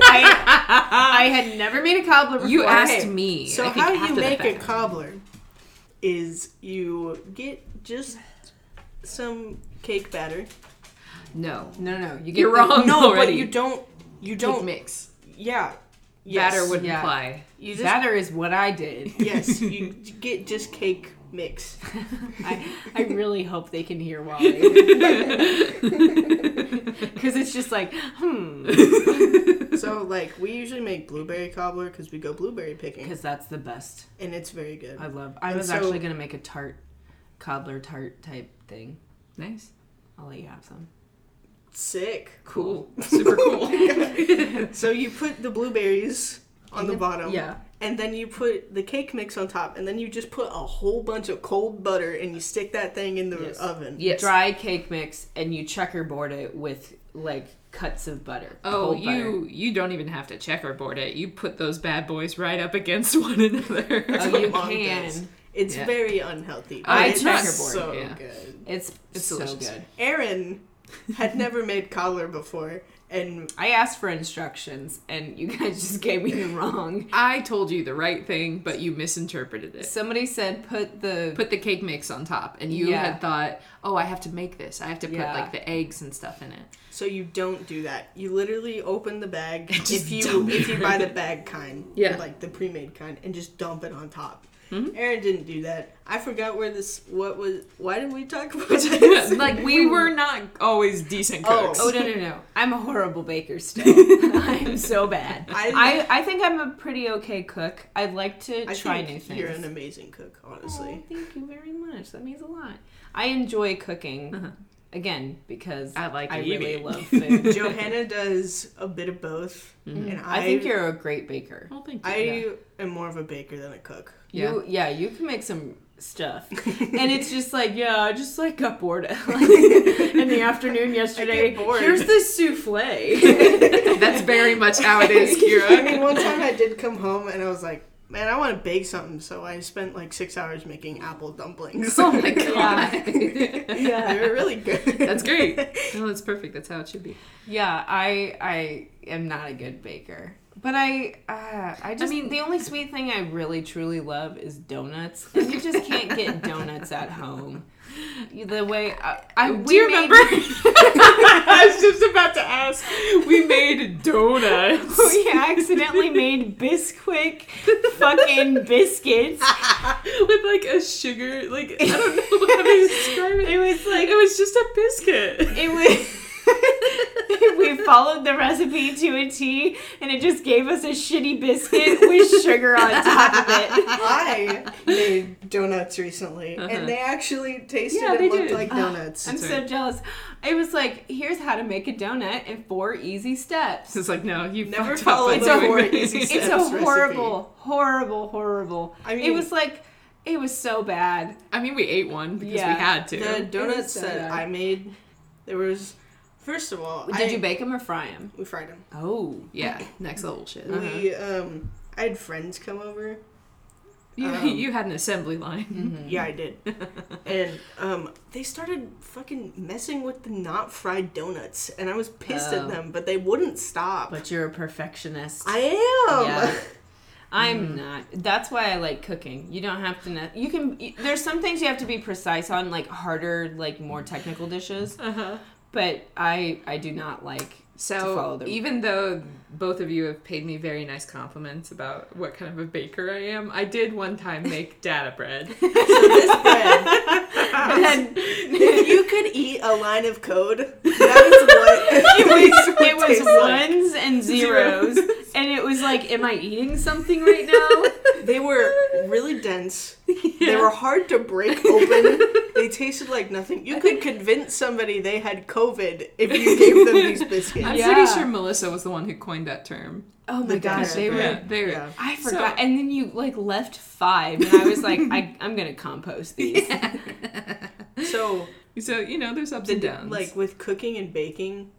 S1: I, I had never made a cobbler. Before.
S3: You asked
S2: Okay,
S3: me.
S2: So
S3: I think
S2: how you
S3: after the
S2: make a
S3: fact.
S2: cobbler is you get just some cake batter.
S3: No,
S1: No, no, you get
S3: you're
S1: the-
S3: wrong
S2: No,
S3: Oh, already.
S2: but you don't. You don't.
S3: mix.
S2: Yeah. Yes.
S3: Batter would
S1: Yeah.
S3: imply.
S2: You just.
S1: Batter is what I did.
S2: Yes. You get just cake mix.
S1: I, I really hope they can hear Wally because it's just like hmm
S2: So like we usually make blueberry cobbler because we go blueberry picking
S1: because that's the best.
S2: and it's very good.
S1: I love. I
S2: And
S1: was
S2: so-
S1: actually gonna make a tart, cobbler tart type thing.
S3: nice.
S1: I'll let you have some.
S2: Sick.
S3: Cool. Super cool.
S2: So you put the blueberries on the bottom.
S1: Yeah.
S2: And then you put the cake mix on top, and then you just put a whole bunch of cold butter and you stick that thing in the
S1: Yes.
S2: oven.
S3: Yes.
S1: Dry cake mix, and you checkerboard it with like cuts of butter.
S3: Oh,
S1: cold
S3: you you don't even have to checkerboard it. You put those bad boys right up against one another.
S1: butter.
S2: what
S1: Oh, you
S2: mom
S1: can.
S2: does. It's
S3: Yeah.
S2: very unhealthy.
S3: I
S2: it's
S1: checkerboard,
S2: so
S3: yeah.
S2: good.
S1: It's,
S3: It's
S1: so
S3: delicious.
S1: good.
S2: Aaron had never made collar before, and
S1: I asked for instructions, and you guys just gave me the wrong.
S3: I told you the right thing, but you misinterpreted it.
S1: Somebody said put the
S3: Put the cake mix on top, and you
S1: Yeah.
S3: had thought, "Oh, I have to make this. I have to put
S1: Yeah.
S3: like the eggs and stuff in it."
S2: so you don't do that. You literally open the bag
S3: And just
S2: if you
S3: dump it
S2: if you buy
S3: right
S2: the
S3: in.
S2: bag kind,
S3: Yeah. Mm-hmm.
S2: like the pre-made kind, and just dump it on top. Aaron didn't do that. I forgot where this. What was? Why did we talk about this?
S3: like we were not always decent
S2: Oh.
S3: cooks.
S1: Oh no no no! I'm a horrible baker still. I'm so bad.
S2: I-
S1: I, I think I'm a pretty okay cook. I'd like to
S2: I
S1: try new
S2: think
S1: things.
S2: You're an amazing cook, honestly.
S1: Oh, thank you very much. That means a lot. I enjoy cooking again because
S3: I like
S1: I
S3: eating.
S1: really love food.
S2: Johanna does a bit of both, and I,
S1: I think you're a great baker.
S3: Well, thank you.
S2: I am more of a baker than a cook.
S1: You yeah, you can make some stuff. and it's just like, yeah, I just like got bored in the afternoon yesterday.
S2: bored.
S1: Here's this souffle.
S3: That's very much how it is,
S2: I
S3: Kira.
S2: mean, one time I did come home and I was like, man, I want to bake something, so I spent like six hours making apple dumplings.
S3: oh my god,
S2: they were really good.
S3: that's great. No, that's perfect. That's how it should be.
S1: yeah, I I am not a good baker. But I, uh, I just mean the only sweet thing I really truly love is donuts, and you just can't get donuts at home. You- The way I, I
S3: Do you remember? I was just about to ask. We made donuts.
S1: we accidentally made Bisquick fucking biscuits.
S3: with like a sugar like I don't know how to describe it.
S1: It was like
S3: It was just a biscuit.
S1: it was. we followed the recipe to a T, and it just gave us a shitty biscuit with sugar on top of it.
S2: I made donuts recently,
S1: Uh-huh.
S2: and they actually tasted
S3: Yeah, they
S2: and looked
S3: do.
S2: like
S1: Ah,
S2: donuts.
S1: I'm so
S3: right.
S1: jealous. It was like, here's how to make a donut in four easy steps.
S3: It's like no, you
S2: Never
S3: fucked up
S2: follow
S3: by
S1: the
S3: doing
S2: four
S3: that.
S2: easy
S3: It's
S1: It's
S2: steps.
S1: a
S2: recipe.
S1: horrible, horrible, horrible.
S2: I
S1: it
S2: mean-
S1: was like, it was so bad.
S3: a- I mean, we ate one because
S1: Yeah.
S3: we had to.
S2: the donuts
S1: so
S2: that
S1: bad.
S2: I made, there was, first of all,
S1: Did
S2: I,
S1: you bake them or fry them?
S2: We fried them.
S1: Oh,
S3: yeah, next level shit.
S2: We
S1: Uh-huh.
S2: um, I had friends come over.
S3: You,
S2: Um,
S3: you had an assembly line.
S2: Yeah, I did. and um, they started fucking messing with the not fried donuts, and I was pissed
S1: Oh.
S2: at them, but they wouldn't stop.
S1: but you're a perfectionist. Mm-hmm.
S2: I am.
S1: Yeah. I'm not. That's why I like cooking. You don't have to. Ne- you can. y there's some things you have to be precise on, like harder, like more technical dishes.
S3: Uh-huh.
S1: But I, I do not like to follow
S3: So
S1: them.
S3: even though both of you have paid me very nice compliments about what kind of a baker I am, I did one time make data bread.
S2: This bread, if you could eat a line of code, that is what
S1: it was,
S2: what
S1: it was
S2: tastes like.
S1: ones and zeros, and it was like, am I eating something right now?
S2: They were really dense. They were hard to break open. they tasted like nothing. You could convince somebody they had COVID if you gave them these biscuits.
S3: I'm
S1: Yeah.
S3: pretty sure Melissa was the one who coined that term.
S1: Oh my
S2: The
S1: gosh,
S2: data
S1: they
S3: Yeah,
S1: were.
S2: bread.
S3: they were.
S2: Yeah.
S1: I
S3: So-
S1: forgot, and then you like left five, and I was like, I, I'm gonna compost these.
S2: So
S3: So you know, there's ups
S2: the
S3: and
S2: d-
S3: downs.
S2: like with cooking and baking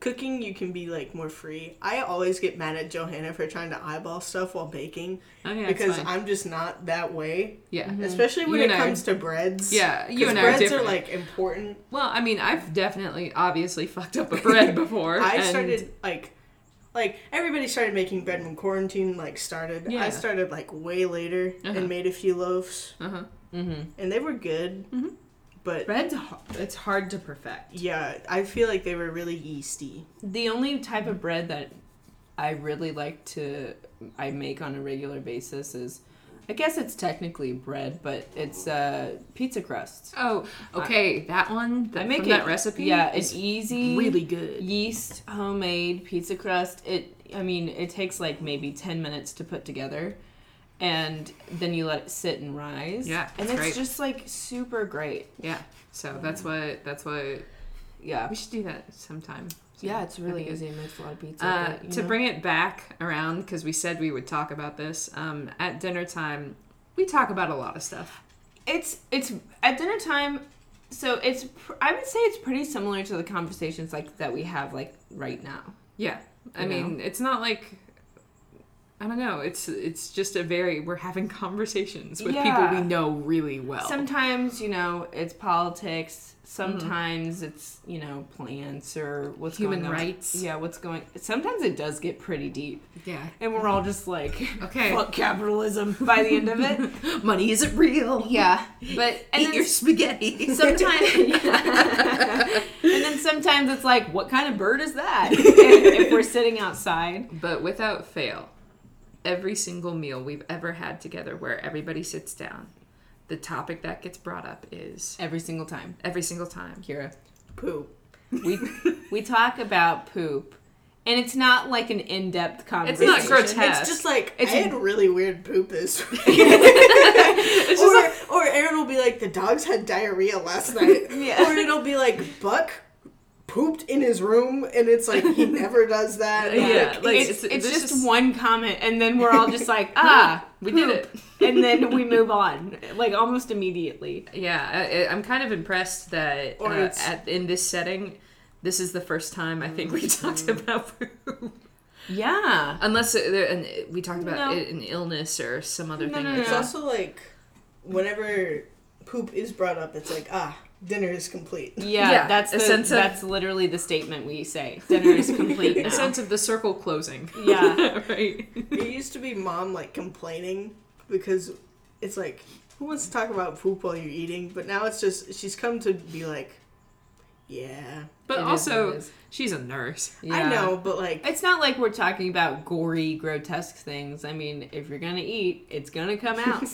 S2: cooking you can be like more free i always get mad at johanna for trying to eyeball stuff while baking
S3: oh, yeah, it's
S2: because Mhm.
S3: fine.
S2: i'm just not that way
S3: yeah,
S2: especially when
S3: You
S2: it
S3: and I are-
S2: comes to breads
S3: yeah. You
S2: 'Cause
S3: and I are
S2: breads
S3: different.
S2: like important
S3: Well, I mean, I've definitely, obviously fucked up a bread before.
S2: i
S3: and-
S2: started like like everybody started making bread when quarantine like started
S3: Yeah.
S2: i started like way later
S3: Uh-huh.
S2: and made a few loaves
S3: Uh-huh.
S1: mm-hmm.
S2: and they were good
S3: Mm-hmm.
S2: but
S1: Bread's har- it's hard to perfect.
S2: yeah i feel like they were really yeasty
S1: The only type of bread that I really like to I make on a regular basis is I guess it's technically bread, but it's uh, pizza crust.
S3: Oh, okay. that one. That,
S1: I make
S3: from
S1: it,
S3: that recipe.
S1: Yeah,
S3: is
S1: it's easy.
S3: really good.
S1: yeast homemade pizza crust. It I mean, it takes like maybe 10 minutes to put together. And then you let it sit and rise.
S3: Yeah,
S1: and
S3: it's
S1: it's
S3: great.
S1: just like super great.
S3: Yeah. So that's what that's what
S1: Yeah,
S3: we should do that sometime.
S1: Yeah, it's really
S3: Okay.
S1: easy. It makes a lot of pizza.
S3: Uh,
S1: but, you
S3: to
S1: know.
S3: bring it back around, because we said we would talk about this um, at dinner time, we talk about a lot of stuff.
S1: it's it's at dinner time. So it's pr- I would say it's pretty similar to the conversations like that we have like right now.
S3: Yeah, I
S1: You
S3: mean, it's not like I don't know. It's it's just a very we're having conversations with people
S1: Yeah.
S3: we know really well.
S1: Sometimes you know it's politics.
S3: Mm-hmm.
S1: Sometimes it's you know plants or what's
S3: Human
S1: going on.
S3: rights.
S1: Yeah, what's going? Sometimes it does get pretty deep,
S3: yeah.
S1: and we're all just like,
S3: Okay.
S1: fuck capitalism by the end of it.
S3: Money isn't real.
S1: yeah, but and then
S3: spaghetti.
S1: sometimes and then sometimes it's like what kind of bird is that if, if we're sitting outside
S3: But without fail, every single meal we've ever had together where everybody sits down, the topic that gets brought up is
S1: every single time
S3: every single time.
S1: kira
S2: Poop.
S1: we we talk about poop and it's not like an in-depth
S3: It's
S1: conversation
S3: not grotesque.
S2: It's just like
S1: It's
S2: I had really weird poop this week.
S3: It's
S2: or,
S3: just like,
S2: or Aaron will be like, the dogs had diarrhea last night.
S1: Yeah.
S2: Or it'll be like, Buck pooped in his room, and it's like he never does that.
S3: Yeah.
S1: Like,
S3: like,
S1: it's,
S3: it's-
S1: it's
S3: this
S1: just
S3: is-
S1: one comment and then we're all just like ah
S3: we did
S1: poop.
S3: it.
S1: and then we move on like almost immediately
S3: Yeah, I, I- I'm kind of impressed that
S2: Or
S3: uh,
S2: it's-
S3: at, in this setting, this is the first time I think we
S1: Mm-hmm.
S3: talked about poop.
S1: yeah
S3: Unless it, there- and it- we talked about
S1: No.
S3: it, an illness or some other
S1: No,
S3: thing.
S1: no,
S3: like
S1: no.
S2: It's
S3: that.
S2: also like, whenever poop is brought up, it's like, ah, dinner is complete.
S1: yeah,
S3: Yeah,
S1: that's
S3: a
S1: the,
S3: sense of-
S1: that's literally the statement we say dinner is complete now.
S3: A sense of the circle closing.
S1: Yeah.
S3: right.
S2: It used to be mom like complaining because it's like, who wants to talk about poop while you're eating? But now it's just, she's come to be like, yeah.
S1: It
S3: But
S1: is what it
S3: also,
S1: is.
S3: she's a nurse.
S2: I
S1: Yeah.
S2: know, but like,
S1: It's not like we're talking about gory, grotesque things. I mean, if you're gonna eat, it's gonna come out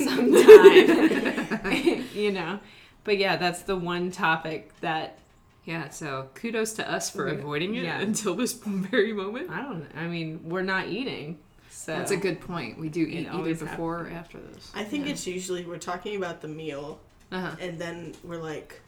S1: sometime. you know. But yeah, that's the one topic that
S3: Yeah, so kudos to us for avoiding it
S1: Yeah.
S3: until this very moment.
S1: I don't I mean, we're not eating. So
S3: That's a good point. We do
S1: It
S3: eat either
S1: always
S3: before or after this.
S2: I think it's usually we're talking about the meal
S3: uh
S2: and then we're like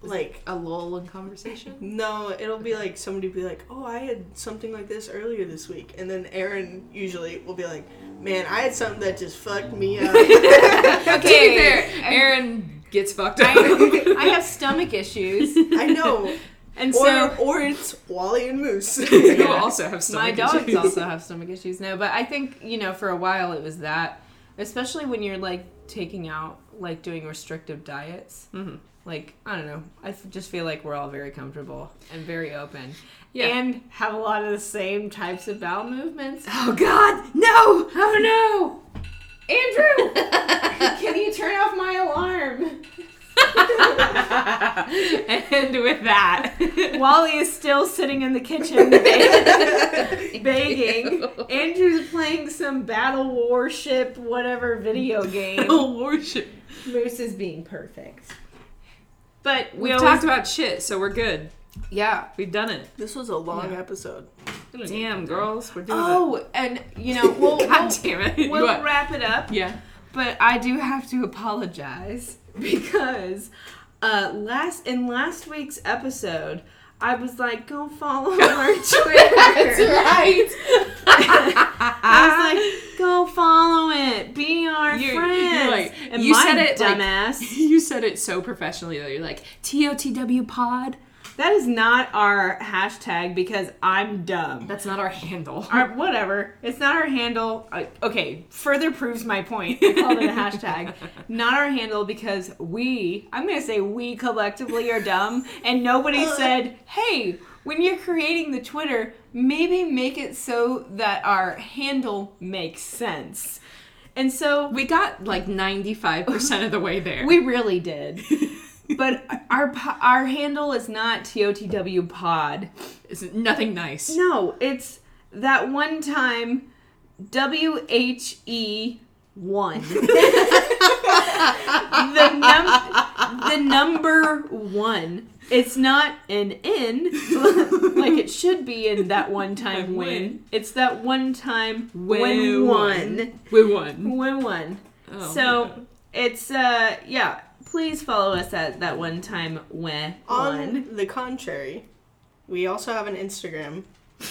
S2: like
S3: a lull in conversation.
S2: no it'll be like somebody be like oh i had something like this earlier this week and then aaron usually will be like man i had something that just fucked me up
S3: okay, to be fair, Aaron gets fucked up.
S1: I, I have stomach issues.
S2: i know
S1: And
S2: or
S1: so
S2: or it's wally and moose
S3: you
S1: Yeah.
S3: also have
S1: my
S3: stomach
S1: dogs
S3: issues.
S1: also have stomach issues now but i think you know for a while it was that especially when you're like taking out like doing restrictive diets
S3: Mhm.
S1: like i don't know i f- just feel like we're all very comfortable and very open
S3: Yeah.
S1: and have a lot of the same types of bowel movements
S3: Oh God, no! Oh
S1: andrew can you turn off my alarm
S3: no! and with that,
S1: wally is still sitting in the kitchen ba- begging andrew's playing some battle warship whatever video game
S3: worship.
S1: Moose is being perfect. But we
S3: We've
S1: always,
S3: talked about shit, so we're good.
S1: yeah.
S3: We've done it.
S2: this was a long
S1: Yeah.
S2: episode
S3: Damn, girls, we're doing it.
S1: Oh, and you know, we'll
S3: God
S1: we'll,
S3: damn it!
S1: we'll
S3: What?
S1: wrap it up.
S3: Yeah.
S1: But I do have to apologize because uh last in last week's episode, I was like, go follow our Twitter. I was like, go follow it. Be our
S3: You're- you're
S1: friends.
S3: like-
S1: and
S3: you
S1: my
S3: said it like-
S1: dumbass.
S3: you said it so professionally though. You're like TOTW pod.
S1: that is not our hashtag because I'm dumb.
S3: That's not our handle.
S1: our whatever. It's not our handle. Uh, okay, further proves my point. I called it a hashtag. Not our handle because we, I'm going to say we collectively are dumb and nobody said, "Hey, when you're creating the Twitter, maybe make it so that our handle makes sense." And so
S3: we got like 95% of the way there.
S1: we really did. But our po- our handle is not TOTW pod.
S3: It's nothing nice.
S1: No, it's that one time W H E one. the num the number one. It's not an N like it should be in that one time
S3: When.
S1: when. It's that one time
S3: When
S1: when one.
S3: We won.
S1: When one.
S3: Oh, my
S1: so
S3: God.
S1: it's uh yeah. Please follow us at that one time when
S2: on
S1: one.
S2: the contrary We also have an Instagram,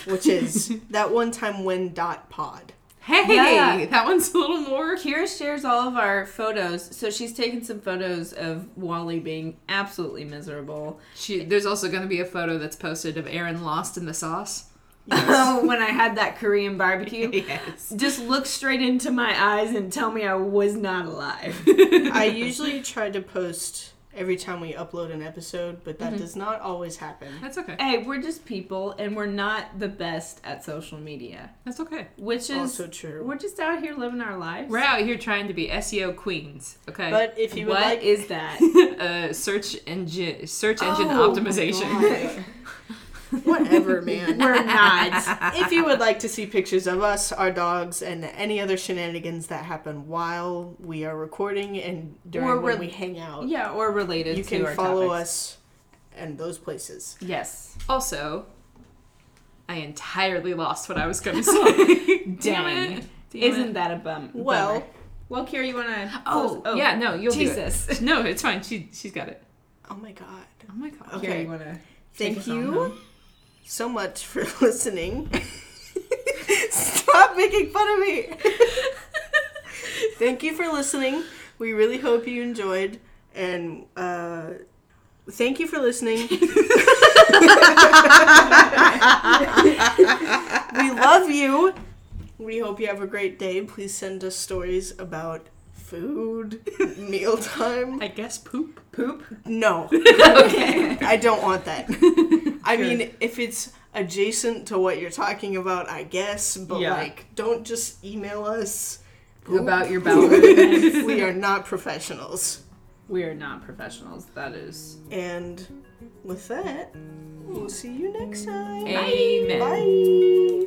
S2: which is that one time when dot pod.
S3: Hey,
S1: Yeah.
S3: that one's a little more.
S1: Kira shares all of our photos. So she's taken some photos of Wally being absolutely miserable.
S3: She, there's also going to be a photo that's posted of Aaron lost in the sauce.
S1: Oh, when I had that Korean barbecue.
S3: Yes.
S1: Just look straight into my eyes and tell me I was not alive.
S2: I usually try to post every time we upload an episode, but
S1: Mm-hmm.
S2: that does not always happen.
S3: That's okay.
S1: hey, we're just people and we're not the best at social media,
S3: That's okay.
S1: which is
S2: Also true.
S1: we're just out here living our lives.
S3: We're out here trying to be SEO queens. Okay.
S2: But if
S1: What
S2: you
S1: is
S2: would like,
S1: that?
S3: uh, search engine search engine
S1: Oh, my
S3: optimization.
S1: God.
S2: whatever, man.
S1: we're not.
S2: if you would like to see pictures of us, our dogs, and any other shenanigans that happen while we are recording and during
S1: Or
S2: when
S1: re-
S2: we hang out,
S1: Yeah, or related
S2: you
S1: to
S2: can
S1: our
S2: follow
S1: topics.
S2: us and those places.
S1: Yes.
S3: Also, I entirely lost what I was going to say. Damn
S1: Dang.
S3: it. Damn
S1: Isn't
S3: it.
S1: that a bum?
S2: Well,
S1: bummer? well, Kira, you wanna?
S3: Oh, yeah, no, you'll do it.
S1: Jesus.
S3: No, it's fine. She she's got it.
S2: oh my god.
S3: Oh my god.
S2: Okay.
S1: Kira, you wanna?
S2: Thank
S1: us on
S2: you so much for listening. Stop making fun of me. thank you for listening. We really hope you enjoyed, and uh, thank you for listening. we love you. We hope you have a great day. Please send us stories about food, mealtime.
S3: I guess poop.
S1: Poop.
S2: No.
S3: okay.
S2: I don't want that. I mean, if it's adjacent to what you're talking about, I guess, but
S1: Yeah.
S2: like, don't just email us.
S1: About your bowel movements.
S2: we are not professionals.
S1: we are not professionals. That is.
S2: And with that, we'll see you next time.
S3: Amen.
S2: Bye.